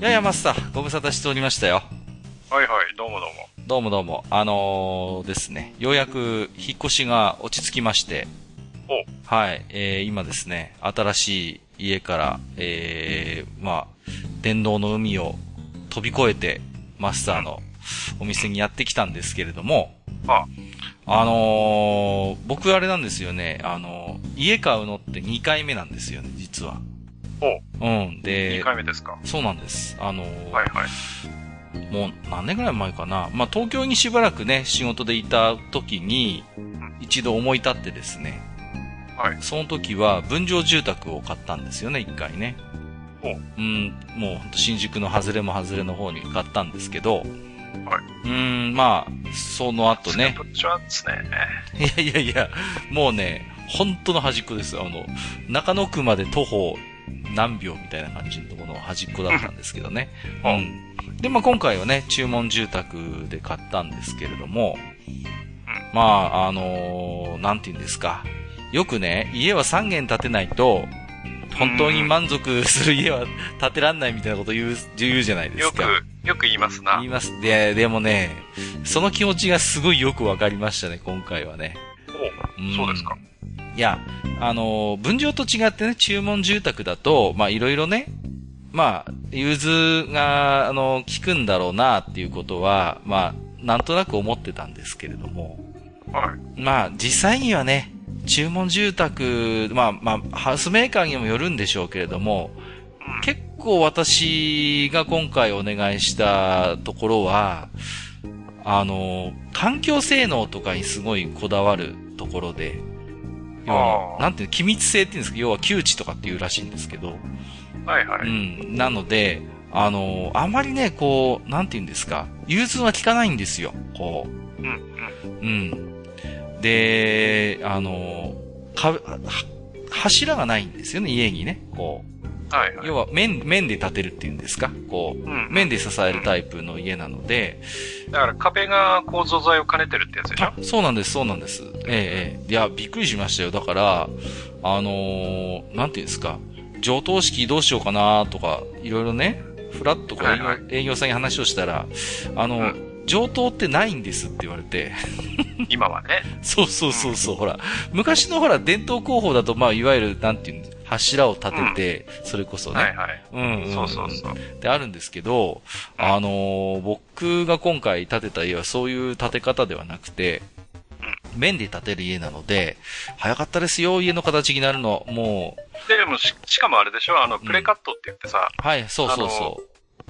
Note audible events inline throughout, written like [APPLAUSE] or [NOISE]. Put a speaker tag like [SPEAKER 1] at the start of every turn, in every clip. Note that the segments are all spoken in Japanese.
[SPEAKER 1] ややマスター、ご無沙汰しておりましたよ。
[SPEAKER 2] はいはい、どうもどうも。
[SPEAKER 1] どうもどうも。あのーですね、ようやく引っ越しが落ち着きまして、
[SPEAKER 2] お
[SPEAKER 1] はい、えー、今ですね、新しい家から、えー、まあ、電動の海を飛び越えて、マスターのお店にやってきたんですけれども、
[SPEAKER 2] あ
[SPEAKER 1] あのー僕あれなんですよね、あのー家買うのって2回目なんですよね、実は。
[SPEAKER 2] お
[SPEAKER 1] うん、
[SPEAKER 2] 2
[SPEAKER 1] で、
[SPEAKER 2] 回目ですか。
[SPEAKER 1] そうなんです。あのー
[SPEAKER 2] はいはい。
[SPEAKER 1] もう何年ぐらい前かな。まあ、東京にしばらくね、仕事でいた時に、一度思い立ってですね。
[SPEAKER 2] はい
[SPEAKER 1] その時は、分譲住宅を買ったんですよね、一回ね。
[SPEAKER 2] お
[SPEAKER 1] うん、もうほんと新宿の外れも外れの方に買ったんですけど、うん、まあ、その後ね。
[SPEAKER 2] ぶっちゃですね。
[SPEAKER 1] いやいやいや、もうね、本当の端っこです。あの、中野区まで徒歩何秒みたいな感じのところの端っこだったんですけどね。
[SPEAKER 2] う
[SPEAKER 1] うん。で、まあ今回はね、注文住宅で買ったんですけれども、まあ、あのーなんて言うんですか。よくね、家は3軒建てないと、本当に満足する家は建てらんないみたいなこと言う、言うじゃないです
[SPEAKER 2] よ
[SPEAKER 1] か。
[SPEAKER 2] く、よく言いますな
[SPEAKER 1] 言い。ます。で、でもね、その気持ちがすごいよくわかりましたね、今回はね。
[SPEAKER 2] お
[SPEAKER 1] ん
[SPEAKER 2] そうですか。
[SPEAKER 1] いや、あのー、分譲と違ってね、注文住宅だと、まあ、いろいろね、まあ、融通が、あのー、効くんだろうな、っていうことは、まあ、なんとなく思ってたんですけれども、
[SPEAKER 2] はい。
[SPEAKER 1] まあ、実際にはね、注文住宅、まあ、まあ、ハウスメーカーにもよるんでしょうけれども、結構私が今回お願いしたところは、あの、環境性能とかにすごいこだわるところで、要は
[SPEAKER 2] あ、ー
[SPEAKER 1] なんていうの、機密性っていうんですか、要は窮地とかっていうらしいんですけど、
[SPEAKER 2] はいは
[SPEAKER 1] う
[SPEAKER 2] い。
[SPEAKER 1] ん、なので、あの、あんまりね、こう、なんていうんですか、融通は効かないんですよ、こう。
[SPEAKER 2] うんうん。
[SPEAKER 1] うん。で、あの、か、は柱がないんですよね、家にね。こ
[SPEAKER 2] はいは
[SPEAKER 1] う。
[SPEAKER 2] い。
[SPEAKER 1] 要は、面、面で建てるっていうんですかこう。
[SPEAKER 2] うん。
[SPEAKER 1] 面で支えるタイプの家なので、
[SPEAKER 2] だから壁が構造材を兼ねてるってやつでしょ
[SPEAKER 1] あそうなんです、そうなんです。ええええいや、びっくりしましたよ。だから、あのーなんていうんですか、上等式どうしようかなとか、いろいろね、ふらっとこう営業、
[SPEAKER 2] はいは
[SPEAKER 1] 営業さんに話をしたら、あの、
[SPEAKER 2] う
[SPEAKER 1] 上等ってないんですって言われて、
[SPEAKER 2] 今はね。
[SPEAKER 1] そうそうそうそう、ほら。昔のほら、伝統工法だと、まあ、いわゆる、なんていうの、柱を立てて、それこそ
[SPEAKER 2] はい
[SPEAKER 1] ね。
[SPEAKER 2] はい。
[SPEAKER 1] うん、うん。
[SPEAKER 2] そうそうそう。
[SPEAKER 1] ってあるんですけど、
[SPEAKER 2] うん
[SPEAKER 1] あのー僕が今回建てた家はそういう建て方ではなくて、面で建てる家なので、早かったですよ、家の形になるの。も
[SPEAKER 2] で、でもし、しかもあれでしょあの、プレカットって言ってさ、
[SPEAKER 1] う、はい、そうそうそ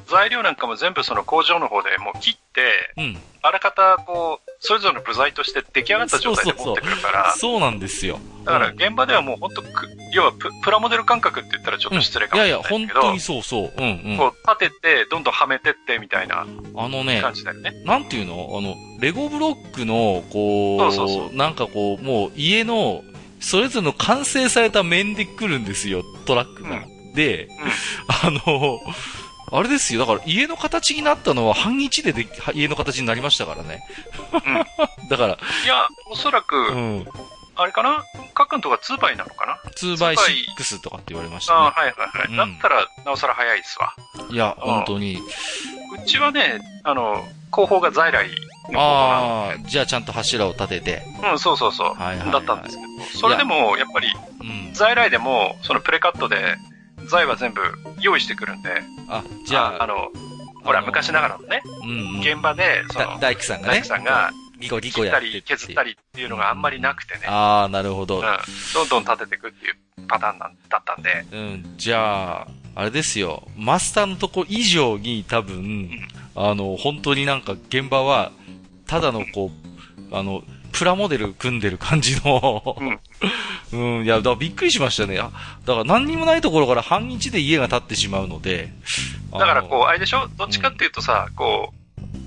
[SPEAKER 2] 材料なんかも全部その工場の方でもう切って、
[SPEAKER 1] う。うん。
[SPEAKER 2] あらかたこう、それぞれの部材として出来上がった状態で持ってくるから、
[SPEAKER 1] そうなんですよ。
[SPEAKER 2] だから
[SPEAKER 1] うん
[SPEAKER 2] 現場ではもう本当く、要はププラモデル感覚って言ったらちょっと失礼か
[SPEAKER 1] い
[SPEAKER 2] も
[SPEAKER 1] や
[SPEAKER 2] し
[SPEAKER 1] い
[SPEAKER 2] れ
[SPEAKER 1] や、
[SPEAKER 2] ない
[SPEAKER 1] 本
[SPEAKER 2] んだけど、
[SPEAKER 1] 当にそうそう。うんうん。
[SPEAKER 2] こう立てて、どんどんはめてってみたいな
[SPEAKER 1] あのね、
[SPEAKER 2] 感じだよね。
[SPEAKER 1] なんていうのあの、レゴブロックの、こう、
[SPEAKER 2] そうそうそ
[SPEAKER 1] なんかこう、もう家の、それぞれの完成された面で来るんですよ、トラックが。で、あの、あれですよ、だから家の形になったのは半日でできは家の形になりましたからね。 [LAUGHS] だから、
[SPEAKER 2] いや、おそらく、
[SPEAKER 1] うん、
[SPEAKER 2] あれかなカックンとか2倍なのかな
[SPEAKER 1] 2x6 とかって言われました
[SPEAKER 2] あ
[SPEAKER 1] ね
[SPEAKER 2] ーはいはいはい。
[SPEAKER 1] うん
[SPEAKER 2] だったら、なおさら早いっすわ。。
[SPEAKER 1] いや、
[SPEAKER 2] あー
[SPEAKER 1] 本当に。
[SPEAKER 2] うちはね、あの、後方が在来の方
[SPEAKER 1] ああ、じゃあちゃんと柱を立てて。
[SPEAKER 2] なうん、そうそうそう。
[SPEAKER 1] はいはいはい
[SPEAKER 2] だったんですけど、それでも、やっぱり、
[SPEAKER 1] うん。
[SPEAKER 2] 在来でも、そのプレカットで、材は全部用意してくるんで、
[SPEAKER 1] あ、じゃあ、
[SPEAKER 2] あの、ほら、
[SPEAKER 1] あの
[SPEAKER 2] 昔ながらのね、
[SPEAKER 1] うん、うん。
[SPEAKER 2] 現場で、そ
[SPEAKER 1] だ
[SPEAKER 2] の、
[SPEAKER 1] 大工さんがね。
[SPEAKER 2] 大工さんが、
[SPEAKER 1] リコリ
[SPEAKER 2] 切
[SPEAKER 1] コ
[SPEAKER 2] った
[SPEAKER 1] やって
[SPEAKER 2] り削った
[SPEAKER 1] り。
[SPEAKER 2] りっていうのがあんまりなくてね、
[SPEAKER 1] ああ、なるほど。
[SPEAKER 2] うん、どんどん立てていくっていうパターンなんだったんで、
[SPEAKER 1] うん、じゃあ、あれですよ、マスターのとこ以上に多分、あの、本当になんか現場は、ただのこう、あの、プラモデル組んでる感じの、うん、いや、だからびっくりしましたね。あ、だから何にもないところから半日で家が建ってしまうので、
[SPEAKER 2] だから
[SPEAKER 1] う、
[SPEAKER 2] こう、あれでしょどっちかっていうとさ、こ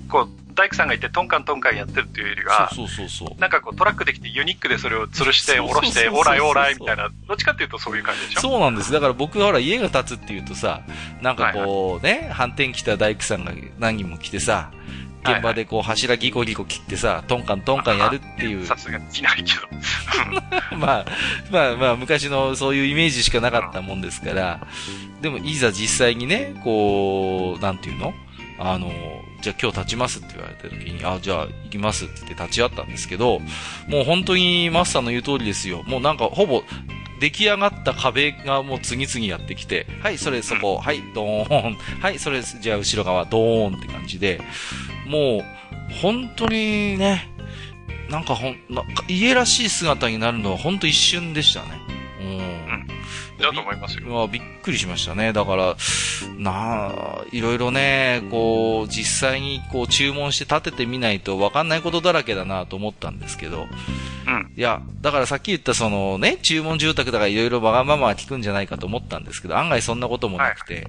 [SPEAKER 2] う、こう、大工さんがいてトンカントンカンやってるっていうよりは、
[SPEAKER 1] そうそうそうそう。
[SPEAKER 2] なんかこうトラックできてユニックでそれを吊るして、
[SPEAKER 1] そう
[SPEAKER 2] 下
[SPEAKER 1] そうそう
[SPEAKER 2] ろして、
[SPEAKER 1] そうそう
[SPEAKER 2] オーライオーライみたいな、どっちかっていうとそういう感じでしょ
[SPEAKER 1] そうなんです。だから僕はほら家が建つっていうとさ、なんかこうね、反転来た大工さんが何人も来てさ、現場でこう柱ギコギコ切ってさ、トンカントンカンやるっていう、
[SPEAKER 2] さすがにいないけ
[SPEAKER 1] [LAUGHS]
[SPEAKER 2] ど。
[SPEAKER 1] まあ、まあまあ昔のそういうイメージしかなかったもんですから、でもいざ実際にね、こう、なんていうのあの、じゃあ今日立ちますって言われた時に、あ、じゃあ行きますって言って立ち会ったんですけど、もう本当にマスターの言う通りですよ。もうなんかほぼ出来上がった壁がもう次々やってきて、はい、それそこ、はい、ドーン、はい、それ、じゃあ後ろ側、ドーンって感じで、もう、本当にね、なんかほん、なんか家らしい姿になるのは本当一瞬でしたね。うん。
[SPEAKER 2] だと思いますよ。
[SPEAKER 1] まあ、びっくりしましたね。だから、なあ、いろいろね、こう、実際にこう注文して立ててみないと分かんないことだらけだなと思ったんですけど。
[SPEAKER 2] うん
[SPEAKER 1] いや、だからさっき言ったそのね、注文住宅だからいろいろわがままは聞くんじゃないかと思ったんですけど、案外そんなこともなくて、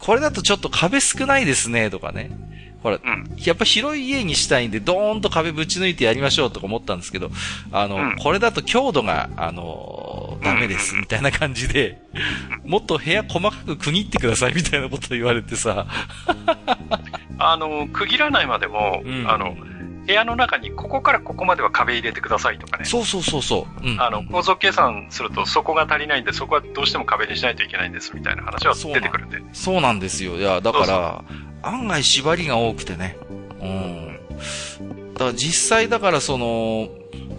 [SPEAKER 1] これだとちょっと壁少ないですね、とかね。ほら、
[SPEAKER 2] うん。
[SPEAKER 1] やっぱ広い家にしたいんで、ドーンと壁ぶち抜いてやりましょうとか思ったんですけど、あの、
[SPEAKER 2] うん
[SPEAKER 1] これだと強度が、あの、ダメです、みたいな感じで、もっと部屋細かく区切ってください、みたいなこと言われてさ、
[SPEAKER 2] あの、区切らないまでも、
[SPEAKER 1] うん
[SPEAKER 2] あの、部屋の中にここからここまでは壁入れてくださいとかね。
[SPEAKER 1] そうそうそうそう、うん。
[SPEAKER 2] あの、構造計算するとそこが足りないんで、そこはどうしても壁にしないといけないんですみたいな話は出てくるんで。
[SPEAKER 1] そうなんですよ。いや、だか
[SPEAKER 2] そう
[SPEAKER 1] ら、案外縛りが多くてね。うん。だから実際だからその、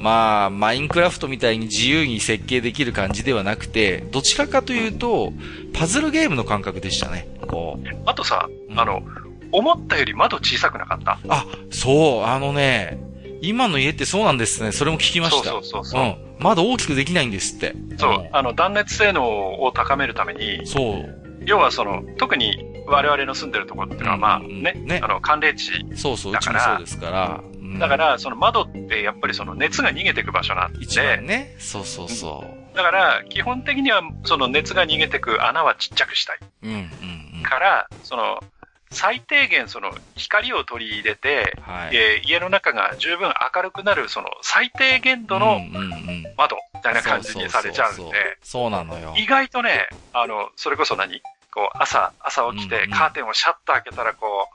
[SPEAKER 1] まあ、マインクラフトみたいに自由に設計できる感じではなくて、どちらかというと、パズルゲームの感覚でしたね。こう。
[SPEAKER 2] あとさ
[SPEAKER 1] う、ん
[SPEAKER 2] あの、思ったより窓小さくなかった。
[SPEAKER 1] あ、そう、あのね、今の家ってそうなんですね。それも聞きました。
[SPEAKER 2] そうそうそうそう。
[SPEAKER 1] ん。まだ大きくできないんですって。
[SPEAKER 2] そう、あの、断熱性能を高めるために
[SPEAKER 1] ん。、そう。
[SPEAKER 2] 要はその、特に我々の住んでるところっていうのは、まあ
[SPEAKER 1] うんうん
[SPEAKER 2] ね、
[SPEAKER 1] ね
[SPEAKER 2] あの、寒冷地。
[SPEAKER 1] そうそう。う
[SPEAKER 2] だ
[SPEAKER 1] ち
[SPEAKER 2] か
[SPEAKER 1] も
[SPEAKER 2] ら
[SPEAKER 1] そうですから。うん
[SPEAKER 2] だか、ら、その窓ってやっぱりその熱が逃げてく場所なんで、
[SPEAKER 1] 一番ね。そうそうそ。
[SPEAKER 2] だから、基本的にはその熱が逃げてく穴はちっちゃくしたいう
[SPEAKER 1] うん、うん、うん。
[SPEAKER 2] から、その、最低限その光を取り入れて、
[SPEAKER 1] はい。
[SPEAKER 2] えー家の中が十分明るくなる、その最低限度
[SPEAKER 1] うん
[SPEAKER 2] の
[SPEAKER 1] うんうん、み
[SPEAKER 2] 窓みたいな感じにされちゃうんで、
[SPEAKER 1] そうなのよ。
[SPEAKER 2] 意外とね、あの、それこそ何こう、朝、朝起き
[SPEAKER 1] うんう
[SPEAKER 2] て
[SPEAKER 1] ん、
[SPEAKER 2] カーテンをシャッと開けたら、こ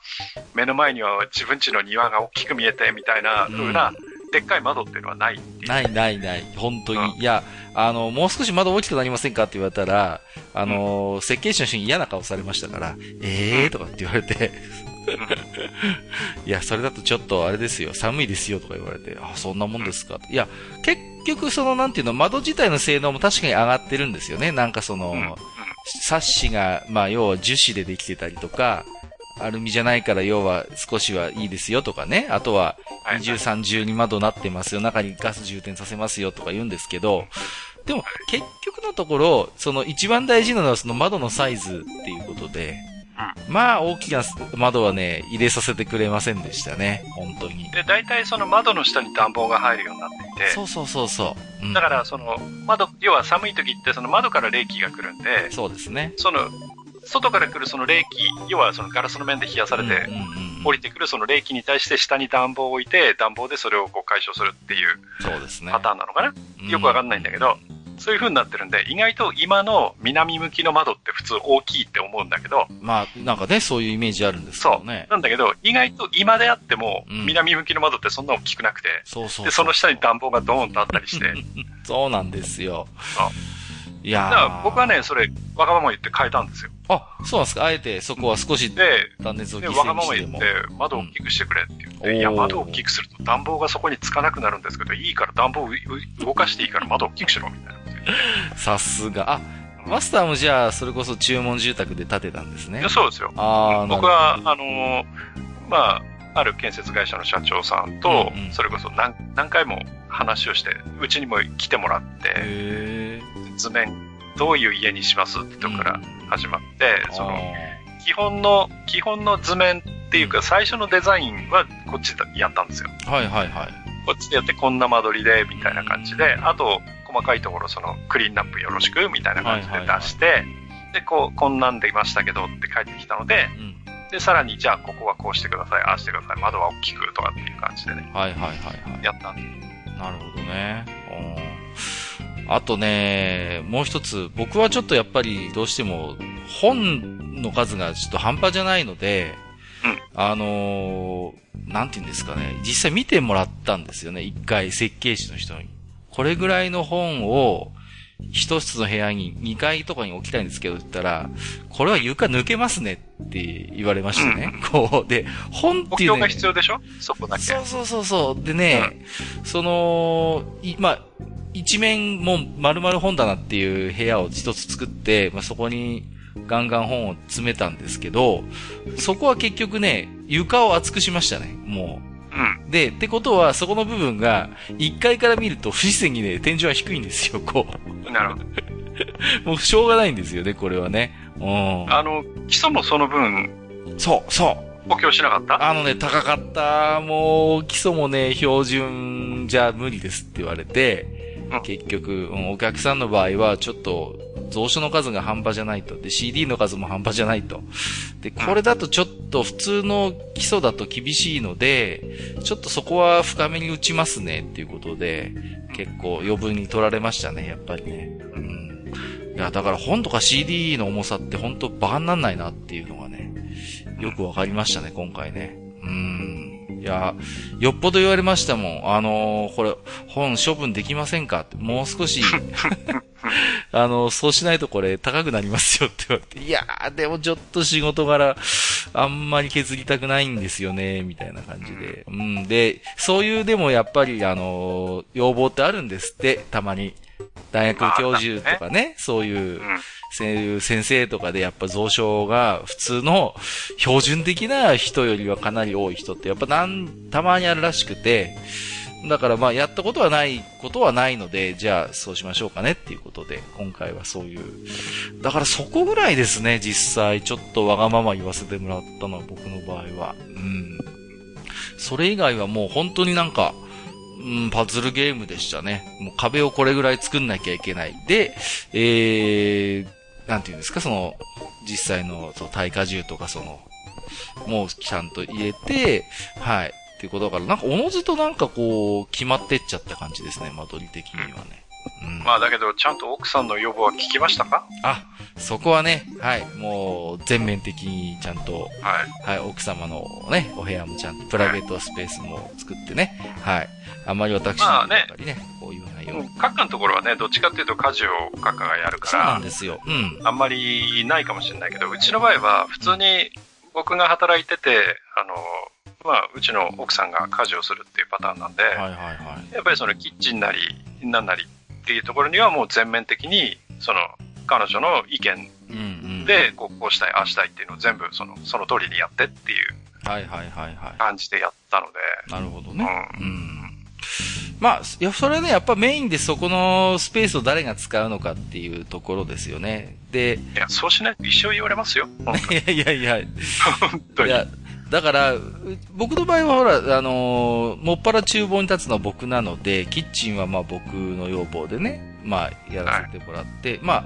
[SPEAKER 2] う、目の前には自分家の庭が大きく見えて、みたいな風な、でっかい窓っていうのはないっていう。
[SPEAKER 1] ないないない。本当に。
[SPEAKER 2] う
[SPEAKER 1] いや、あの、もう少し窓大きくなりませんかって言われたら、あの、設計士の人に嫌な顔されましたから、ええーとかって言われて、 [LAUGHS] いや、それだとちょっとあれですよ、寒いですよとか言われて、あ、そんなもんですか。いや、結局その、なんていうの、窓自体の性能も確かに上がってるんですよね。なんかその、
[SPEAKER 2] うんうん
[SPEAKER 1] サッシが、まあ、要は樹脂でできてたりとか、アルミじゃないから要は少しはいいですよとかね。あとは、
[SPEAKER 2] はい
[SPEAKER 1] 二重三重に窓なってますよ。中にガス充填させますよとか言うんですけど、でも結局のところ、その一番大事なのはその窓のサイズっていうことで、まあ大きな窓はね、入れさせてくれませんでしたね。本当に。
[SPEAKER 2] で、大体その窓の下に暖房が入るようになっていて、
[SPEAKER 1] そうそうそうそう。うん
[SPEAKER 2] だから、、その、窓、要は寒い時って、その窓から冷気が来るんで、
[SPEAKER 1] そうですね。
[SPEAKER 2] その、外から来るその冷気、要はそのガラスの面で冷やされて
[SPEAKER 1] うん、うんうん
[SPEAKER 2] 降りてくるその冷気に対して下に暖房を置いて、暖房でそれをこう解消するっていう
[SPEAKER 1] そうですね。
[SPEAKER 2] パターンなのかな、よくわかんないんだけど、そういう風になってるんで、意外と今の南向きの窓って普通大きいって思うんだけど、
[SPEAKER 1] まあ、なんかね、そういうイメージあるんですけ
[SPEAKER 2] そ
[SPEAKER 1] ど
[SPEAKER 2] う。
[SPEAKER 1] ね。
[SPEAKER 2] なんだけど、意外と今であっても、
[SPEAKER 1] うん
[SPEAKER 2] 南向きの窓ってそんな大きくなくて、
[SPEAKER 1] そうそうそう。
[SPEAKER 2] で、その下に暖房がドーンとあったり
[SPEAKER 1] [LAUGHS]
[SPEAKER 2] して、
[SPEAKER 1] そうなんですよ
[SPEAKER 2] あ。
[SPEAKER 1] い
[SPEAKER 2] だ
[SPEAKER 1] やー
[SPEAKER 2] から僕は、ね、それ、わがまま言って変えたんですよ。
[SPEAKER 1] あ、そうなんですか。あえてそこは少し
[SPEAKER 2] で、
[SPEAKER 1] 断熱を
[SPEAKER 2] で
[SPEAKER 1] 犠
[SPEAKER 2] わ
[SPEAKER 1] 牲に
[SPEAKER 2] がまま
[SPEAKER 1] して
[SPEAKER 2] 言っ
[SPEAKER 1] も。
[SPEAKER 2] て、窓を大きくしてくれって言って、
[SPEAKER 1] うん
[SPEAKER 2] いや、
[SPEAKER 1] おー
[SPEAKER 2] 窓を大きくすると暖房がそこにつかなくなるんですけど、いいから暖房をうう動かしていいから窓を大きくしろ、みたいな。
[SPEAKER 1] さすが。あ、マスターもじゃあ、それこそ注文住宅で建てたんですね
[SPEAKER 2] で。そうですよ。
[SPEAKER 1] あー、
[SPEAKER 2] 僕は、あのーまあ、ある建設会社の社長さんと
[SPEAKER 1] うんうん、
[SPEAKER 2] それこそ何何回も話をして、うちにも来てもらっ
[SPEAKER 1] なるほど
[SPEAKER 2] て、
[SPEAKER 1] へ
[SPEAKER 2] 図面、どういう家にしますってとこから始まって、
[SPEAKER 1] ー。
[SPEAKER 2] その、
[SPEAKER 1] あ
[SPEAKER 2] 基本の、基本の図面っていうか、最初のデザインはこっちでやったんですよ。
[SPEAKER 1] ーはいはいはい。
[SPEAKER 2] こっちでやってこんな間取りで、みたいな感じで、あと、細かいところ、その、クリーンナップよろしく、みたいな感じで出して、で、こう、こんなんでましたけどって帰ってきたので、
[SPEAKER 1] うん。
[SPEAKER 2] で、さらに、じゃあ、ここはこうしてください、ああしてください、窓は大きくとかっていう感じでね、
[SPEAKER 1] はいはいはいはい。
[SPEAKER 2] やったんで。
[SPEAKER 1] なるほどね。うんあとね、もう一つ、僕はちょっとやっぱりどうしても本の数がちょっと半端じゃないので、
[SPEAKER 2] うん
[SPEAKER 1] あのーなんて言うんですかね、実際見てもらったんですよね、一回設計士の人に。これぐらいの本を、一つの部屋に2階とかに置きたいんですけどって言ったら、これは床抜けますねって言われましたね。こう、で、本っ
[SPEAKER 2] 補
[SPEAKER 1] ていう
[SPEAKER 2] 強
[SPEAKER 1] の
[SPEAKER 2] が
[SPEAKER 1] は
[SPEAKER 2] 必要でしょそこだけ。
[SPEAKER 1] そうそうそうそう。でね、その、いまあ、一面もう丸々本棚っていう部屋を一つ作って、まあ、そこにガンガン本を詰めたんですけど、そこは結局ね、床を厚くしましたね、も
[SPEAKER 2] うん。
[SPEAKER 1] う。で、ってことは、そこの部分が、1階から見ると不自然にね、天井は低いんですよ、こ
[SPEAKER 2] なるほど。
[SPEAKER 1] う。もうしょうがないんですよね、これはね。う
[SPEAKER 2] あの、基礎もその分
[SPEAKER 1] ん。そう、そう。
[SPEAKER 2] 補強しなかった
[SPEAKER 1] あのね、高かった。もう、基礎もね、標準じゃ無理ですって言われて
[SPEAKER 2] うん、
[SPEAKER 1] 結局、うんお客さんの場合は、ちょっと、蔵書の数が半端じゃないと。で、CD の数も半端じゃないと。で、これだとちょっと普通の基礎だと厳しいので、ちょっとそこは深めに打ちますねっていうことで、結構余分に取られましたね、やっぱりね。うん。いや、だから本とか CD の重さって本当バカになんないなっていうのがね、よくわかりましたね、今回ね。うん。いや、よっぽど言われましたもん。あのーこれ、本処分できませんかって、もう少 [LAUGHS] し、あのーそうしないとこれ高くなりますよって言われて、いやー、でもちょっと仕事柄、あんまり削りたくないんですよね、みたいな感じで。うん、で、そういうでもやっぱり、あのー要望ってあるんですって、たまに。大学教授とかね、そういう
[SPEAKER 2] うん。
[SPEAKER 1] そういう先生とかでやっぱ蔵書が普通の標準的な人よりはかなり多い人ってやっぱなん、たまにあるらしくて、だからまあやったことはないことはないので、じゃあそうしましょうかねっていうことで、今回はそういう。だからそこぐらいですね、実際。ちょっとわがまま言わせてもらったのは僕の場合は。うん。それ以外はもう本当になんか、うん、パズルゲームでしたね。もう壁をこれぐらい作んなきゃいけない。で、えー、なんていうんですか、その、実際の、そう、耐荷重とか、その、もうちゃんと入れて、はい。っていうことだから、なんか、おのずとなんかこう、決まってっちゃった感じですね、間取り的にはね。うん。
[SPEAKER 2] まあだけど、ちゃんと奥さんの要望は聞きましたか
[SPEAKER 1] あ、そこはね、はい、もう、全面的にちゃんと、
[SPEAKER 2] はい。
[SPEAKER 1] はい、奥様のね、お部屋もちゃんとプライベートスペースも作ってね、はい。あんまり私に
[SPEAKER 2] ま
[SPEAKER 1] や
[SPEAKER 2] あ
[SPEAKER 1] っ
[SPEAKER 2] ね
[SPEAKER 1] ぱりね、こう言わないよう
[SPEAKER 2] もう
[SPEAKER 1] に。、
[SPEAKER 2] カッカのところはね、どっちかっていうと家事をカッカがやる
[SPEAKER 1] そう
[SPEAKER 2] か
[SPEAKER 1] なんですよ。うん。
[SPEAKER 2] ら、あんまりないかもしれないけど、うちの場合は、普通に僕が働いてて、あの、まあ、うちの奥さんが家事をするっていうパターンなんで、
[SPEAKER 1] はいはいはい。
[SPEAKER 2] やっぱりそのキッチンなり、なんなりっていうところにはもう全面的に、その、彼女の意見
[SPEAKER 1] うんうん。、
[SPEAKER 2] で、こうこうしたい、ああしたいっていうのを全部その、その通りにやってっていう
[SPEAKER 1] はいはいはいは
[SPEAKER 2] 感じでやったので、
[SPEAKER 1] い。なるほど
[SPEAKER 2] う
[SPEAKER 1] ね。
[SPEAKER 2] ん。
[SPEAKER 1] うん。まあ、いや、それはね、やっぱメインでそこのスペースを誰が使うのかっていうところですよね。で、 [LAUGHS]
[SPEAKER 2] いや、そうしないと一生言われますよ。本
[SPEAKER 1] いやいやいや、い
[SPEAKER 2] 当に。
[SPEAKER 1] や、だから、う僕の場合はほら、あのーもっぱら厨房に立つのは僕なので、キッチンはまあ僕の要望でね、まあやらせてもらって、まあ、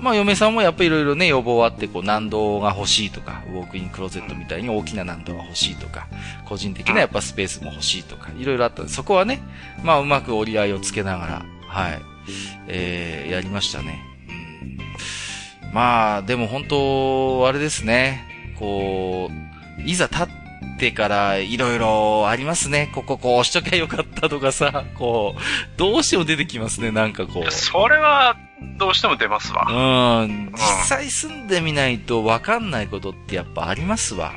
[SPEAKER 1] まあ嫁さんもやっぱりいろいろね、要望あって、こう難度が欲しいとか、ウォークインクローゼットみたいに大きな難度が欲しいとか、個人的なやっぱスペースも欲しいとか、いろいろあったんで、そこはね、まあうまく折り合いをつけながら、はい、えー、やりましたね。うんまあ、でも本当、あれですね。こう、いざ立ってからいろいろありますね。こここうしときゃよかったとかさ、こう、どうしても出てきますね、なんかこ
[SPEAKER 2] いうや。それは、どうしても出ますわ。
[SPEAKER 1] うん、実際住んでみないと分かんないことってやっぱありますわ。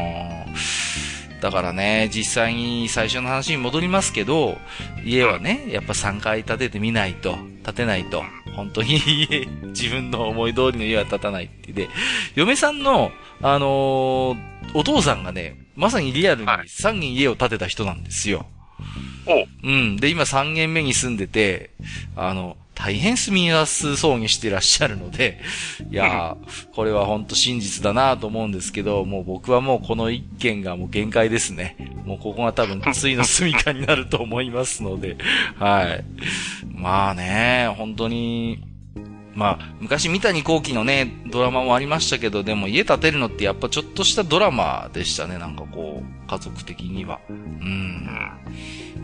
[SPEAKER 1] うん。だからね、実際に最初の話に戻りますけど、家はね、やっぱ3階建ててみないと、建てないと、本当に [LAUGHS] 家、自分の思い通りの家は建たないって。で、嫁さんの、あのーお父さんがね、まさにリアルに
[SPEAKER 2] はい
[SPEAKER 1] 3軒家を建てた人なんですよ。
[SPEAKER 2] おう
[SPEAKER 1] うん。で、今3軒目に住んでて、あの、大変住みやすそうにしてらっしゃるので、いやー、これは本当真実だなと思うんですけど、もう僕はもうこの一軒がもう限界ですね。もうここが多分次の住みかになると思いますので、はい。まあね、本当に、まあ、昔三谷幸喜のね、ドラマもありましたけど、でも家建てるのってやっぱちょっとしたドラマでしたね、なんかこう、家族的には。う。
[SPEAKER 2] うん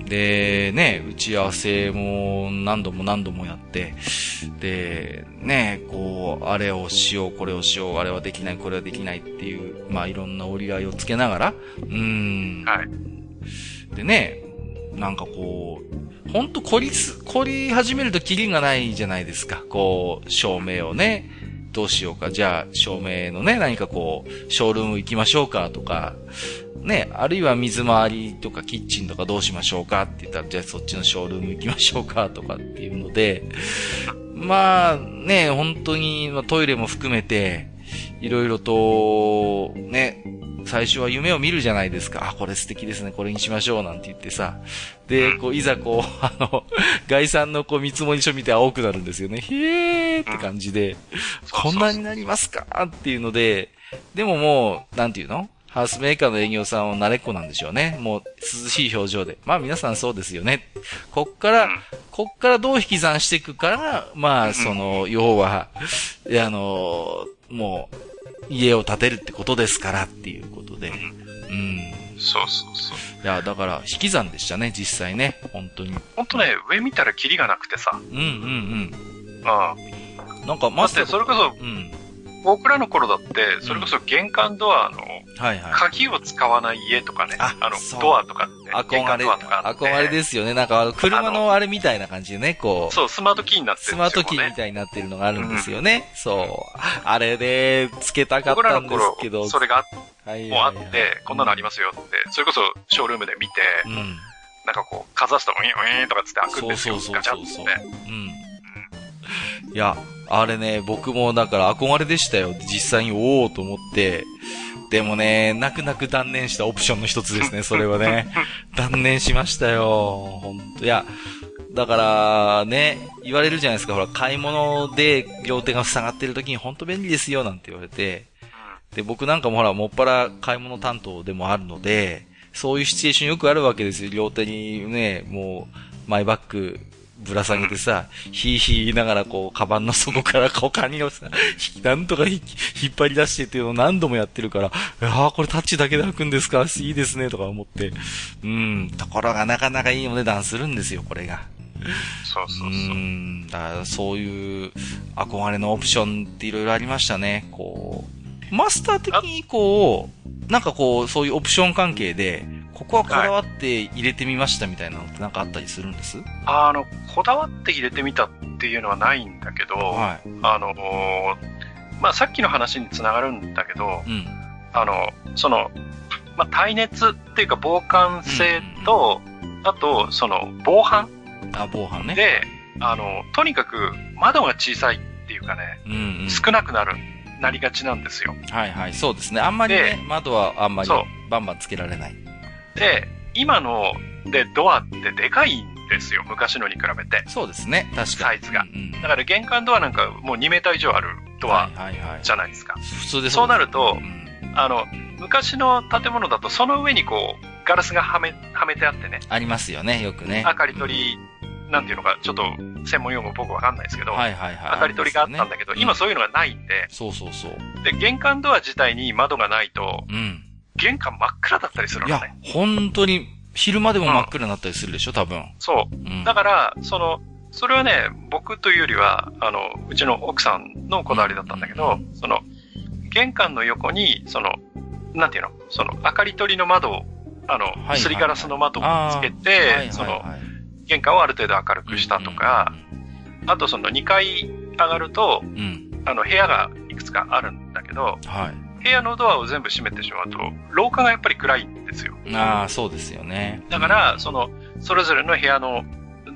[SPEAKER 2] ん。
[SPEAKER 1] で、ね、打ち合わせも何度も何度もやって、で、ね、こう、あれをしよう、これをしよう、あれはできない、これはできないっていう、まあいろんな折り合いをつけながら、うん。
[SPEAKER 2] はい。
[SPEAKER 1] でね、なんかこう、ほんと凝りす、凝り始めるとキリがないじゃないですか。こう、照明をね、どうしようか。じゃあ、照明のね、何かこう、ショールーム行きましょうかとか、ね、あるいは水回りとかキッチンとかどうしましょうかって言ったら、じゃあそっちのショールーム行きましょうかとかっていうので、まあね、本当にまあトイレも含めて、いろいろと、ね、最初は夢を見るじゃないですか。あ、これ素敵ですね。これにしましょう。なんて言ってさ。で、こう、いざこう、 [LAUGHS] あの、概算のこう、見積もり書見て青くなるんですよね。へーって感じで、こんなになりますかっていうので、でももう、なんていうのハウスメーカーの営業さんは慣れっこなんでしょうね。もう、涼しい表情で。まあ皆さんそうですよね。こっから、こっからどう引き算していくから、まあ、その、要は、いやあの、もう、家を建てるってことですからっていうことで。うん。
[SPEAKER 2] そうそうそう。
[SPEAKER 1] いや、だから、引き算でしたね、実際ね。本当に。
[SPEAKER 2] ほんとね、上見たらキリがなくてさ。
[SPEAKER 1] うんうん
[SPEAKER 2] うん。だ
[SPEAKER 1] うん。なんか、マ
[SPEAKER 2] っ
[SPEAKER 1] スタ
[SPEAKER 2] て、
[SPEAKER 1] ー、
[SPEAKER 2] それこそ、
[SPEAKER 1] うん。
[SPEAKER 2] 僕らの頃だって、それこそ玄関ドアの
[SPEAKER 1] はいはい。
[SPEAKER 2] 鍵を使わない家とかね、
[SPEAKER 1] あ
[SPEAKER 2] あの
[SPEAKER 1] そう、
[SPEAKER 2] ドアとかって、玄
[SPEAKER 1] 憧
[SPEAKER 2] 関
[SPEAKER 1] れ、
[SPEAKER 2] ドアとかあって。
[SPEAKER 1] 憧れですよね。なんかあの、車のあれみたいな感じでね、こう。
[SPEAKER 2] そう、スマートキーになって
[SPEAKER 1] ス
[SPEAKER 2] るん
[SPEAKER 1] マー
[SPEAKER 2] ですよ
[SPEAKER 1] トキーみ
[SPEAKER 2] ね。
[SPEAKER 1] たいになってるのがあるんですよね。そう。あれで、つけたかっ
[SPEAKER 2] 僕ら
[SPEAKER 1] た
[SPEAKER 2] の
[SPEAKER 1] んですけど。
[SPEAKER 2] 頃、それが
[SPEAKER 1] はい
[SPEAKER 2] もうあ
[SPEAKER 1] は
[SPEAKER 2] っ
[SPEAKER 1] いはい
[SPEAKER 2] て、こんなのありますよって、それこそショールームで見て、
[SPEAKER 1] うん。うん。
[SPEAKER 2] なんかこう、かざしたらウィンウィンとかつって開くんですよ、
[SPEAKER 1] そうそうそうそう
[SPEAKER 2] ガチャってね。
[SPEAKER 1] うん。いや、あれね、僕もだから憧れでしたよ。実際に、おおと思って。でもね、泣く泣く断念したオプションの一つです
[SPEAKER 2] [LAUGHS]
[SPEAKER 1] ね、それはね。断念しましたよ。ほんと。いや、だから、ね、言われるじゃないですか。ほら、買い物で両手が塞がってる時にほんと便利ですよ、なんて言われて。で、僕なんかもほら、もっぱら買い物担当でもあるので、そういうシチュエーションよくあるわけですよ。両手にね、もう、マイバッグ、ぶら下げてさ、ひいひい言いながらこう、カバンの底からこう、カニをさ、 [LAUGHS] ひなんとか引き引っ張り出してっていうのを何度もやってるから、ああ、これタッチだけで開くんですかいいですね、とか思って。うん、ところがなかなかいいお値段するんですよ、これが。
[SPEAKER 2] そうそううそう。
[SPEAKER 1] ん、だからそういう憧れのオプションっていろいろありましたね。こう、マスター的にこう、なんかこう、そういうオプション関係で、ここはこだわって入れてみましたみたいなのってなんかあったりするんです
[SPEAKER 2] あの、こだわって入れてみたっていうのはないんだけど、
[SPEAKER 1] はい。
[SPEAKER 2] あのーまあ、さっきの話につながるんだけど、
[SPEAKER 1] うん。
[SPEAKER 2] あの、その、まあ、耐熱っていうか防寒性と、あと、その、防犯
[SPEAKER 1] あ、防犯ね。
[SPEAKER 2] で、あの、とにかく窓が小さいっていうかね、
[SPEAKER 1] うん、うん。
[SPEAKER 2] 少なくなる、なりがちなんですよ。
[SPEAKER 1] はいはい。そうですね。あんまりね、窓はあんまり
[SPEAKER 2] そう
[SPEAKER 1] バンバンつけられない。
[SPEAKER 2] で、今のでドアってでかいんですよ、昔のに比べて。
[SPEAKER 1] そうですね。確かに。
[SPEAKER 2] サイズが
[SPEAKER 1] うんうん。
[SPEAKER 2] だから玄関ドアなんかもう2メーター以上あるド
[SPEAKER 1] は
[SPEAKER 2] ア
[SPEAKER 1] いはいはい。
[SPEAKER 2] じゃないですか。
[SPEAKER 1] 普通で
[SPEAKER 2] そうなると
[SPEAKER 1] う、ん。
[SPEAKER 2] あの、昔の建物だとその上にこう、ガラスがはめ、はめてあってね、
[SPEAKER 1] ありますよね、よくね。
[SPEAKER 2] 明かり取り、なんていうのか、ちょっと専門用語僕わかんないですけど、
[SPEAKER 1] はいはいはい。
[SPEAKER 2] 明かり取りがあったんだけど、今
[SPEAKER 1] そ
[SPEAKER 2] そういうのがないんで、
[SPEAKER 1] そうそうそう。
[SPEAKER 2] で、玄関ドア自体に窓がないと、
[SPEAKER 1] うん。
[SPEAKER 2] 玄関真っ暗だったりする
[SPEAKER 1] い
[SPEAKER 2] の
[SPEAKER 1] や
[SPEAKER 2] ね。、
[SPEAKER 1] 本当に、昼間でも真っ暗になったりするでしょ、多分。
[SPEAKER 2] そう。
[SPEAKER 1] うん。
[SPEAKER 2] だから、その、それはね、僕というよりは、あの、うちの奥さんのこだわりだったんだけど、その、玄関の横に、その、なんていうのその、明かり取りの窓を、あ
[SPEAKER 1] い
[SPEAKER 2] の、
[SPEAKER 1] はい
[SPEAKER 2] すりガラスの窓をつけ
[SPEAKER 1] はいはいは
[SPEAKER 2] て、
[SPEAKER 1] い
[SPEAKER 2] その、玄関をある程度明るくしたとか、、あとその2階上がると
[SPEAKER 1] う、んうんうん。
[SPEAKER 2] あの、部屋がいくつかあるんだけど、
[SPEAKER 1] うんはい。
[SPEAKER 2] 部屋のドアを全部閉めてしまうと、廊下がやっぱり暗いんですよ。
[SPEAKER 1] ああ、そうですよね。
[SPEAKER 2] だから、その、それぞれの部屋の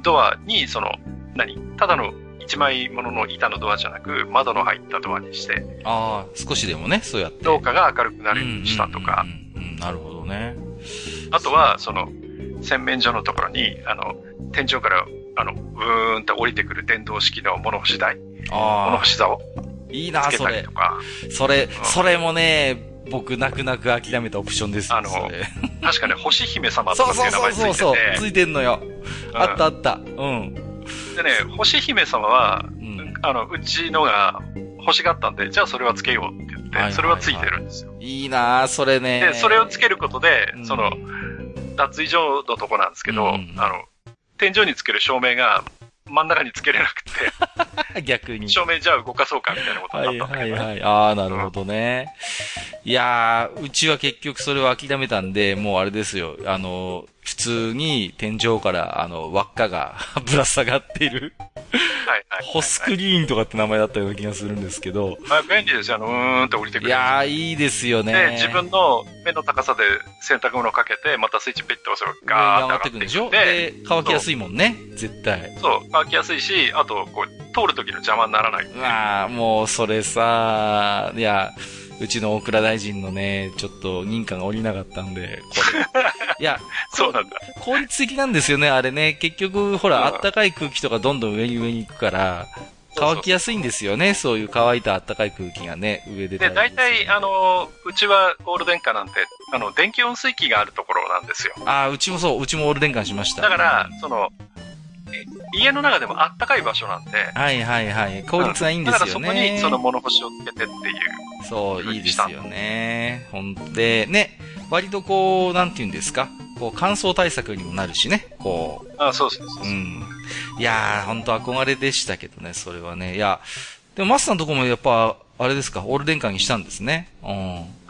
[SPEAKER 2] ドアに、その、何ただの一枚ものの板のドアじゃなく、窓の入ったドアにして、
[SPEAKER 1] ああ、少しでもね、そうやって。
[SPEAKER 2] 廊下が明るくな
[SPEAKER 1] あ
[SPEAKER 2] るようにしたとか、。
[SPEAKER 1] うんうんうんうん、なるほどね。
[SPEAKER 2] あとは、その、洗面所のところに、あの、天井から、あの、うーんと降りてくる電動式の物干し台、物
[SPEAKER 1] あ
[SPEAKER 2] 干し座を
[SPEAKER 1] あ、いいな、
[SPEAKER 2] つけ
[SPEAKER 1] そ
[SPEAKER 2] たり
[SPEAKER 1] れ
[SPEAKER 2] と。か、
[SPEAKER 1] それ、それもね、僕、泣く泣く諦めたオプションですよ。
[SPEAKER 2] あの
[SPEAKER 1] それ
[SPEAKER 2] 確かね、星姫様と
[SPEAKER 1] そ
[SPEAKER 2] か
[SPEAKER 1] う
[SPEAKER 2] ってい
[SPEAKER 1] そうう
[SPEAKER 2] 名
[SPEAKER 1] そう
[SPEAKER 2] 前つ
[SPEAKER 1] そう
[SPEAKER 2] い
[SPEAKER 1] そう、
[SPEAKER 2] て
[SPEAKER 1] ついてんのよ。
[SPEAKER 2] て、
[SPEAKER 1] あったあった。うん。
[SPEAKER 2] うんでね、星姫様は
[SPEAKER 1] う、ん。
[SPEAKER 2] あの、うちのが欲しがったんで、じゃあそれはつけようって言っ
[SPEAKER 1] は
[SPEAKER 2] て、
[SPEAKER 1] いはいはい
[SPEAKER 2] それはついてるんですよ。
[SPEAKER 1] いいなぁ、それね。
[SPEAKER 2] で、それをつけることで、
[SPEAKER 1] うん
[SPEAKER 2] その、脱衣所のとこなんですけど、
[SPEAKER 1] うん
[SPEAKER 2] あの、天井につける照明が真ん中につけれなく
[SPEAKER 1] [LAUGHS]
[SPEAKER 2] て、
[SPEAKER 1] 逆に。
[SPEAKER 2] 照明じゃあ動かそうかみたいなことに
[SPEAKER 1] は
[SPEAKER 2] なっ
[SPEAKER 1] い
[SPEAKER 2] たんだ
[SPEAKER 1] は
[SPEAKER 2] け
[SPEAKER 1] い
[SPEAKER 2] ど、ね
[SPEAKER 1] はい。ああ、なるほどね。いやー、うちは結局それは諦めたんで、もうあれですよ。あの、普通に天井から、あの、輪っかが [LAUGHS] ぶら下がっている、
[SPEAKER 2] はいはい。
[SPEAKER 1] ホスクリーンとかって名前だったような気がするんですけど。
[SPEAKER 2] まあ、便利ですよ。あの、うーんって降りてく
[SPEAKER 1] い
[SPEAKER 2] る。
[SPEAKER 1] やー、いいですよね。
[SPEAKER 2] で、自分の目の高さで洗濯物をかけて、またスイッチピッて押せば
[SPEAKER 1] 上に上
[SPEAKER 2] ガ
[SPEAKER 1] が
[SPEAKER 2] ー
[SPEAKER 1] っ
[SPEAKER 2] ってて
[SPEAKER 1] く
[SPEAKER 2] 上
[SPEAKER 1] るん
[SPEAKER 2] が
[SPEAKER 1] でしょ
[SPEAKER 2] っていくんで、
[SPEAKER 1] で、乾きやすいもんね。絶対。
[SPEAKER 2] そう、乾きやすいし、あと、こう、通る時の邪魔にな
[SPEAKER 1] [LAUGHS]
[SPEAKER 2] らない。
[SPEAKER 1] まあ、もう、それさ、いや、うちの大倉大臣のね、ちょっと認可が下りなかったんで、こ
[SPEAKER 2] [LAUGHS]
[SPEAKER 1] れ。いや、
[SPEAKER 2] そうなんだ。
[SPEAKER 1] 効率的なんですよね、あれね。結局、ほ
[SPEAKER 2] うん
[SPEAKER 1] ら、あったかい空気とかどんどん上に上に行くから、
[SPEAKER 2] そうそう
[SPEAKER 1] 乾きやすいんですよね。そういう乾いたあったかい空気がね、上で。
[SPEAKER 2] で、大体、あ、の、うちはオール電化なんて、あの、電気温水器があるところなんですよ。
[SPEAKER 1] ああ、うちもそう、うちもオール電化しました。
[SPEAKER 2] だから、、その、え家の中でもあったかい場所なんで、
[SPEAKER 1] はいはいはい。効率はいいんですよ
[SPEAKER 2] だからそこ
[SPEAKER 1] ね。
[SPEAKER 2] に、その物干しをつけてっていう。
[SPEAKER 1] そう、いいですよね。ほんで、ね、割とこう、なんて言うんですか。こう、乾燥対策にもなるしね。こう、
[SPEAKER 2] あ、そうそうそう
[SPEAKER 1] う
[SPEAKER 2] そう。
[SPEAKER 1] ん。いやー、ほんと憧れでしたけどね、それはね。いや、でもマスさんのとこもやっぱ、あれですか、オール電化にしたんですね。う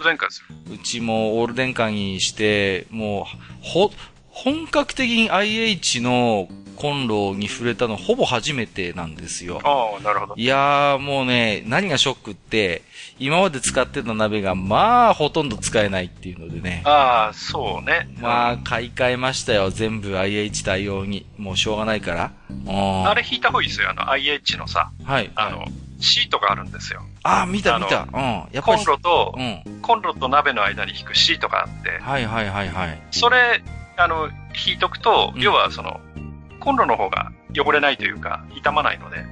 [SPEAKER 2] 前回ですよ。
[SPEAKER 1] ん。うちもオール電化にして、もう、ほ、本格的に IH のコンロに触れたのほぼ初めてなんですよ。
[SPEAKER 2] ああ、なるほど。
[SPEAKER 1] いやー、もうね、何がショックって、今まで使ってた鍋が、まあ、ほとんど使えないっていうのでね。
[SPEAKER 2] ああ、そうね。
[SPEAKER 1] まあ、買い替えましたよ。全部 IH 対応に。もうしょうがないから。うん
[SPEAKER 2] あれ引いた方がいいですよ。あの、IH のさ、
[SPEAKER 1] はい。
[SPEAKER 2] あの、シートがあるんですよ。
[SPEAKER 1] あ、見た
[SPEAKER 2] あの
[SPEAKER 1] 見た。うん。やっ
[SPEAKER 2] コ
[SPEAKER 1] ぱ
[SPEAKER 2] ン
[SPEAKER 1] り。
[SPEAKER 2] ロと
[SPEAKER 1] う、ん。
[SPEAKER 2] コンロと鍋の間に引くシートがあって、
[SPEAKER 1] はいはいはいはい。
[SPEAKER 2] それ、あの、引いとくと、
[SPEAKER 1] うん
[SPEAKER 2] 要はその、コンロの方が汚れないというか、傷まないので、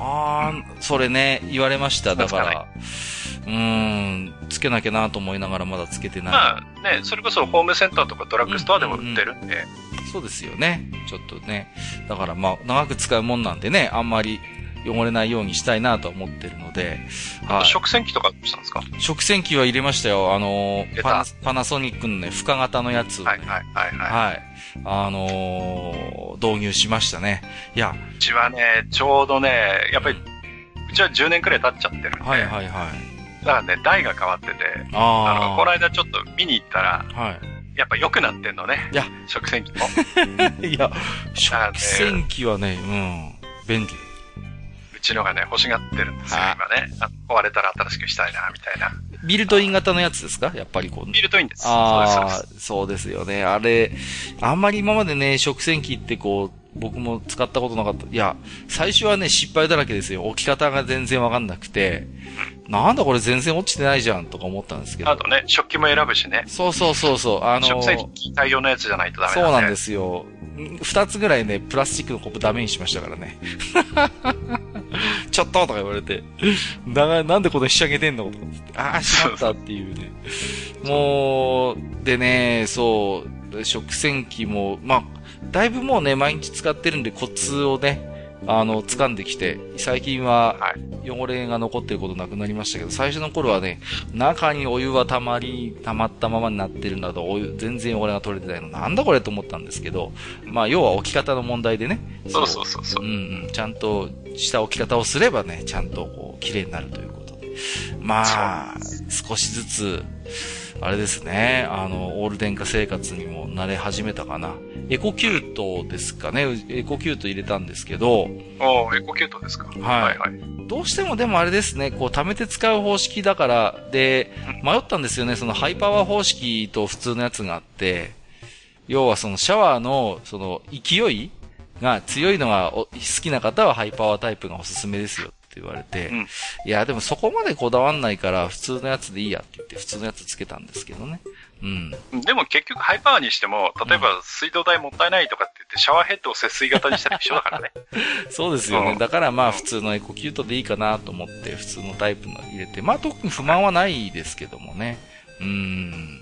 [SPEAKER 1] あー、それね、言われました。だか。
[SPEAKER 2] つから
[SPEAKER 1] うーん、つけなきゃなと思いながらまだつけてない。
[SPEAKER 2] まあね、それこそホームセンターとかドラッグストアでも売ってるんで、
[SPEAKER 1] そうですよね。ちょっとね。だからまあ、長く使うもんなんでね、あんまり汚れないようにしたいなとは思ってるので。は
[SPEAKER 2] 食洗機とかどうしたんですか
[SPEAKER 1] い。食洗機は入れましたよ。あのー
[SPEAKER 2] 出た
[SPEAKER 1] パナ、パナソニックのね、深型のやつをね、
[SPEAKER 2] はいはいはいは
[SPEAKER 1] はい。あのー導入しましたね。いや、
[SPEAKER 2] い。うちはね、ちょうどね、やっぱり、うちは10年くらい経っちゃってるんで、
[SPEAKER 1] はいはいはい。
[SPEAKER 2] だからね、台が変わってて、あ
[SPEAKER 1] ああ。
[SPEAKER 2] の、この間ちょっと見に行ったら、
[SPEAKER 1] はい。
[SPEAKER 2] やっぱ良くなってんのね。
[SPEAKER 1] いや
[SPEAKER 2] 食洗機
[SPEAKER 1] [LAUGHS]
[SPEAKER 2] も。
[SPEAKER 1] いや、食洗機はね、うん、便利。
[SPEAKER 2] うちのがね、欲しがってるんですよ、
[SPEAKER 1] はい
[SPEAKER 2] 今ね。あ壊れたら新しくしたいな、みたいな。
[SPEAKER 1] ビルトイン型のやつですかやっぱりこう。
[SPEAKER 2] ビルトインです。そうです、そう
[SPEAKER 1] あ
[SPEAKER 2] で
[SPEAKER 1] あ、そうですよね。あれ、あんまり今までね、食洗機ってこう、僕も使ったことなかった。いや、最初はね、失敗だらけですよ。置き方が全然わかんなくて、なんだこれ全然落ちてないじゃんとか思ったんですけ
[SPEAKER 2] す。あ
[SPEAKER 1] ど。
[SPEAKER 2] とね、食器も選ぶしね。
[SPEAKER 1] そうそうそうそう、あの
[SPEAKER 2] 食洗機対応のやつじゃないとダメ。
[SPEAKER 1] そうなんですすよ。ん二つぐらいね、プラスチックのコップダメにしましたから
[SPEAKER 2] [LAUGHS]
[SPEAKER 1] ね。ちょっととか言われて。だが、なんでこれ仕上げてんのとか言ってああ、しまったっていうね。もう、でね、そう、食洗機も、まあ、だいぶもうね、毎日使ってるんでコツをね、あの、掴んできて、最近は
[SPEAKER 2] は
[SPEAKER 1] 汚れが残ってることなくなりましたけど、最初の頃はね、中にお湯はたまり、溜まったままになってるなど、お湯、全然汚れが取れてないの、なんだこれと思ったんですけど、まあ、要は置き方の問題でね。
[SPEAKER 2] そうそうそうそうう。
[SPEAKER 1] んうん、ちゃんとした置き方をすればね、ちゃんとこう、綺麗になるということで。まあ、少しずつ、あれですね、あの、オール電化生活にも慣れ始めたかな。エコキュートですかね、エコキュート入れたんですけど、
[SPEAKER 2] おおエコキュートですか。はいはい。
[SPEAKER 1] どうしてもでもあれですね、こう、貯めて使う方式だから、で、迷ったんですよね、そのハイパワー方式と普通のやつがあって、要はそのシャワーの、その、勢いが強いのがお好きな方はハイパワータイプがおすすめですよって言われて、
[SPEAKER 2] うん
[SPEAKER 1] いや、でもそこまでこだわんないから、普通のやつでいいやって言って、普通のやつつけたんですけどね。うん。
[SPEAKER 2] でも結局ハイパワーにしても、例えば水道代もったいないとかって言って、シャワーヘッドを節水型にしたら一緒だからね。
[SPEAKER 1] そうですよ
[SPEAKER 2] う
[SPEAKER 1] ね。
[SPEAKER 2] ん
[SPEAKER 1] だからまあ普通のエコキュートでいいかなと思って、普通のタイプの入れて、まあ特に不満はないですけどもね。うーん。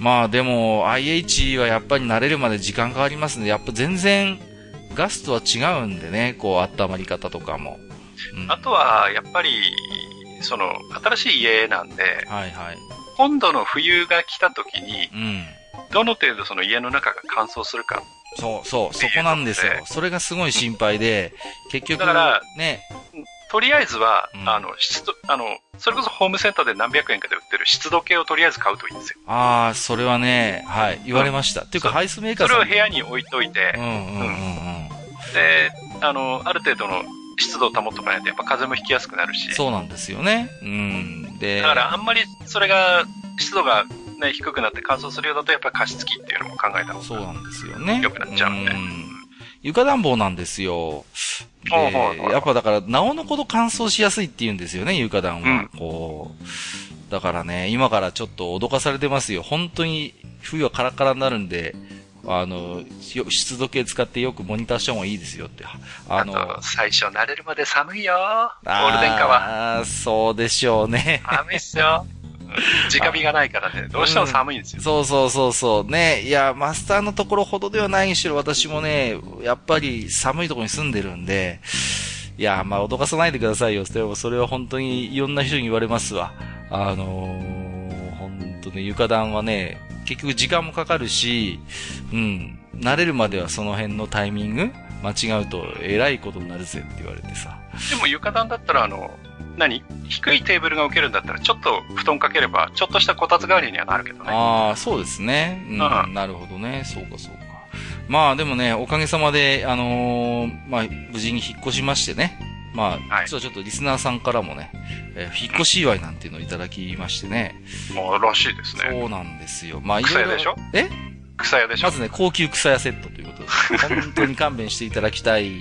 [SPEAKER 1] まあでも IH はやっぱり慣れるまで時間かかりますね。やっぱ全然ガスとは違うんでね、こう温まり方とかも。うん
[SPEAKER 2] あとは、やっぱり、その、新しい家なんで、
[SPEAKER 1] はいはい。
[SPEAKER 2] 今度の冬が来た時に、
[SPEAKER 1] うん。
[SPEAKER 2] どの程度その家の中が乾燥するか。
[SPEAKER 1] そうそう、そこなんですよ。それがすごい心配で、結局
[SPEAKER 2] だから、
[SPEAKER 1] ね、
[SPEAKER 2] とりあえずは、
[SPEAKER 1] うん
[SPEAKER 2] あの、湿度、あの、それこそホームセンターで何百円かで売ってる湿度計をとりあえず買うといいんですよ。
[SPEAKER 1] ああ、それはね、はい、言われました。っていうか、
[SPEAKER 2] そう
[SPEAKER 1] ハイスメーカ
[SPEAKER 2] そ
[SPEAKER 1] ー
[SPEAKER 2] れ
[SPEAKER 1] さ
[SPEAKER 2] を
[SPEAKER 1] ん。
[SPEAKER 2] 部屋に置いといて
[SPEAKER 1] う、んうんうんうん。
[SPEAKER 2] で、あの、ある程度の湿度を保っとかないとやっぱ風もひきやすくなるし、
[SPEAKER 1] そうなんですよね。うん。で、
[SPEAKER 2] だからあんまりそれが、湿度がね、低くなって乾燥するようだとやっぱり加湿器っていうのも考えた方
[SPEAKER 1] そう
[SPEAKER 2] が。
[SPEAKER 1] なんですよね。
[SPEAKER 2] 良くなっちゃうんで
[SPEAKER 1] ん床暖房なんですよ。で
[SPEAKER 2] ほうほうほう
[SPEAKER 1] やっぱだから、なおのこと乾燥しやすいって言うんですよね、床暖は。こう。だからね、今からちょっと脅かされてますよ。本当に、冬はカラカラになるんで、あの、よ湿度計使ってよくモニターした方がいいですよって。あ
[SPEAKER 2] あ
[SPEAKER 1] の、
[SPEAKER 2] と、最初慣れるまで寒いよゴ
[SPEAKER 1] あ
[SPEAKER 2] ールデンカは。
[SPEAKER 1] あーそうでしょうね。
[SPEAKER 2] 寒いっ
[SPEAKER 1] [LAUGHS]
[SPEAKER 2] すよ。直火がないからね、どうしても寒いんですよ。
[SPEAKER 1] そうそうそうそう。ね。いや、マスターのところほどではないにしろ、私もね、やっぱり寒いところに住んでるんで、いや、まあ、脅かさないでくださいよ。でも、それは本当にいろんな人に言われますわ。あのー、本当ね、床暖はね、結局時間もかかるし、うん、慣れるまではその辺のタイミング間違うと、えらいことになるぜって言われてさ。
[SPEAKER 2] でも床暖だったら、あの、何低いテーブルが置けるんだったら、ちょっと布団かければ、ちょっとしたこたつ代わりにはなるけどね。
[SPEAKER 1] ああ、そうですね。うん、
[SPEAKER 2] う
[SPEAKER 1] なるほどね。そうか、そうか。まあ、でもね、おかげさまで、あのーまあ、無事に引っ越しましてね。まあ、
[SPEAKER 2] はい
[SPEAKER 1] 実はちょっとリスナーさんからもね、えー引っ越し祝いなんていうのをいただきましてね。
[SPEAKER 2] もう、らしいですね。
[SPEAKER 1] そうなんですよ。まあ、い
[SPEAKER 2] 草
[SPEAKER 1] ろい
[SPEAKER 2] 屋
[SPEAKER 1] ろ。
[SPEAKER 2] でしょ
[SPEAKER 1] え
[SPEAKER 2] 草屋でしょ
[SPEAKER 1] まずね、高級草屋セットということ
[SPEAKER 2] [LAUGHS]
[SPEAKER 1] で、本当に勘弁していただきたい。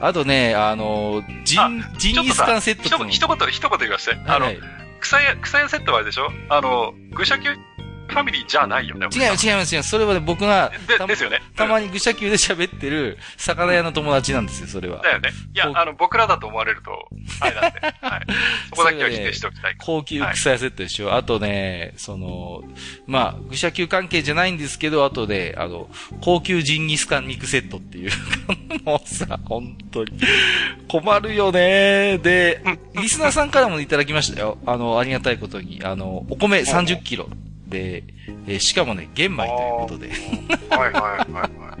[SPEAKER 1] あとね、あのージン、ジンギスカンセット
[SPEAKER 2] 一
[SPEAKER 1] っていう
[SPEAKER 2] 言、
[SPEAKER 1] の
[SPEAKER 2] 一言、一言言わせて。あ
[SPEAKER 1] はい
[SPEAKER 2] の
[SPEAKER 1] は、い
[SPEAKER 2] 草屋、草屋セットはあれでしょあの、愚者級ファミリーじゃないよね。
[SPEAKER 1] 違うよ違うよ違うよそれはね、僕が
[SPEAKER 2] で、
[SPEAKER 1] た
[SPEAKER 2] ですよね。
[SPEAKER 1] たまに愚者級で喋ってる魚屋の友達なんですよ、それは。
[SPEAKER 2] だよね。いや
[SPEAKER 1] こ、う
[SPEAKER 2] あの、僕らだと思われると、あれなん
[SPEAKER 1] [LAUGHS]
[SPEAKER 2] で。はい。そこだけは否定しておきたい。
[SPEAKER 1] 高級草屋セットでしょ、あとね、その、まあ、愚者級関係じゃないんですけど、あとで、あの、高級ジンギスカン肉セットっていう [LAUGHS] もうさ、本当に。困るよねで、リスナーさんからもいただきましたよ。あの、ありがたいことに。あの、お米30キロで、えーしかもね、玄米ということで。
[SPEAKER 2] はいはいはいは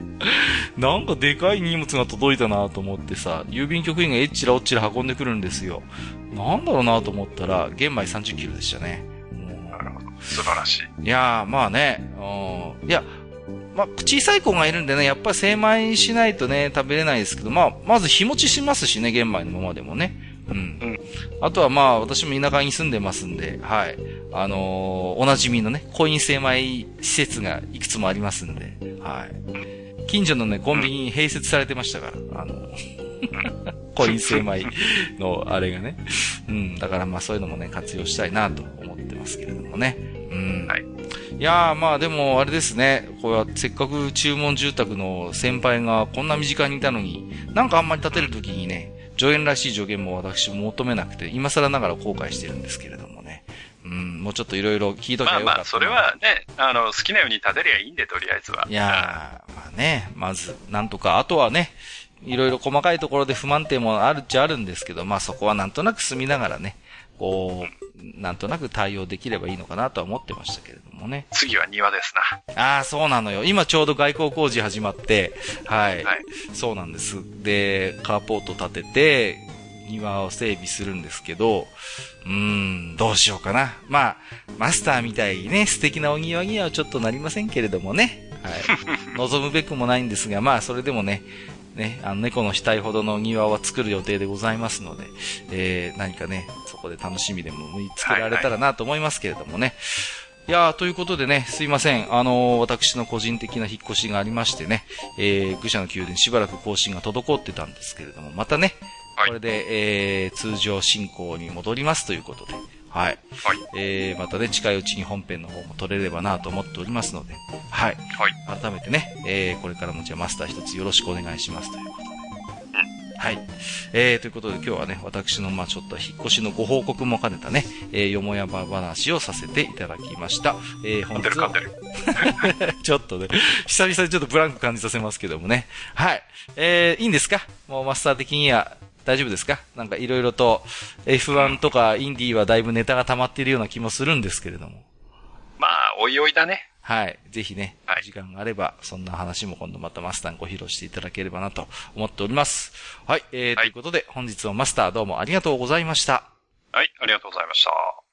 [SPEAKER 1] [LAUGHS]
[SPEAKER 2] い。
[SPEAKER 1] なんかでかい荷物が届いたなと思ってさ、郵便局員がえっちらおっちら運んでくるんですよ。なんだろうなと思ったら、玄米30キロでしたね。
[SPEAKER 2] なるほど。素晴らし
[SPEAKER 1] い
[SPEAKER 2] い。
[SPEAKER 1] やー、まあね、うん。いや、まあ、小さい子がいるんでね、やっぱり精米しないとね、食べれないですけど、まあ、まず日持ちしますしね、玄米のままでもね。うん。
[SPEAKER 2] うん
[SPEAKER 1] あとはまあ、私も田舎に住んでますんで、はい。あのーおなじみのね、コイン精米施設がいくつもありますんで、はい。近所のね、コンビニに併設されてましたから、あのコイン精米のあれがね。うん、だからまあそういうのもね、活用したいなと思ってますけれどもね。うん。
[SPEAKER 2] はい。
[SPEAKER 1] いやーまあでもあれですね、これはせっかく注文住宅の先輩がこんな身近にいたのに、なんかあんまり建てるときにね、助言らしい助言も私求めなくて、今更ながら後悔してるんですけれどもね。うん、もうちょっといろいろ聞いとき
[SPEAKER 2] ま
[SPEAKER 1] ゃ
[SPEAKER 2] あ
[SPEAKER 1] よかったな。
[SPEAKER 2] まあ、それはね、あの、好きなように食べりゃいいんで、とりあえずは。
[SPEAKER 1] いやー、まあね、まず、なんとか、あとはね、いろいろ細かいところで不満点もあるっちゃあるんですけど、まあそこはなんとなく住みながらね、こう、なんとなく対応できればいいのかなとは思ってましたけれどもね。
[SPEAKER 2] 次は庭です
[SPEAKER 1] ああ、そうなのよ。今ちょうど外交工事始まって、はい。
[SPEAKER 2] な。はい。
[SPEAKER 1] そうなんです。で、カーポート立てて、庭を整備するんですけど、うーん、どうしようかな。まあ、マスターみたいにね、素敵なお庭にはちょっとなりませんけれどもね。
[SPEAKER 2] [LAUGHS]
[SPEAKER 1] はい。望むべくもないんですが、まあ、それでもね、ね、あの猫の額ほどのお庭は作る予定でございますので、えー、何かね、そこで楽しみでも見つけられたらなと思いますけれどもね。いやー、ということでね、すいません。あのー私の個人的な引っ越しがありましてね、えー、愚者の宮殿しばらく更新が滞ってたんですけれども、またね、
[SPEAKER 2] はい
[SPEAKER 1] これで、えー、通常進行に戻りますということで、はい。
[SPEAKER 2] はい。
[SPEAKER 1] えー、またね、近いうちに本編の方も撮れればなと思っておりますので、はい。
[SPEAKER 2] はい。
[SPEAKER 1] 改めてね、えー、これからもじゃあマスター一つよろしくお願いしますということで。はい。えー、ということで今日はね、私の、まあちょっと引っ越しのご報告も兼ねたね、えー、よもやま話をさせていただきました。えー、
[SPEAKER 2] 噛
[SPEAKER 1] 本
[SPEAKER 2] んでる
[SPEAKER 1] 日
[SPEAKER 2] 噛
[SPEAKER 1] は
[SPEAKER 2] んでる。
[SPEAKER 1] [LAUGHS] ちょっとね、久々にちょっとブランク感じさせますけどもね。はい。えー、いいんですかもうマスター的には、大丈夫ですかなんかいろいろと F1 とかインディーはだいぶネタが溜まっているような気もするんですけれども。
[SPEAKER 2] まあ、おいおいだね。
[SPEAKER 1] はい。ぜひね、
[SPEAKER 2] はい
[SPEAKER 1] 時間があれば、そんな話も今度またマスターにご披露していただければなと思っております。はい。えーと
[SPEAKER 2] はい
[SPEAKER 1] いうことで、本日もマスターどうもありがとうございました。
[SPEAKER 2] はい、ありがとうございました。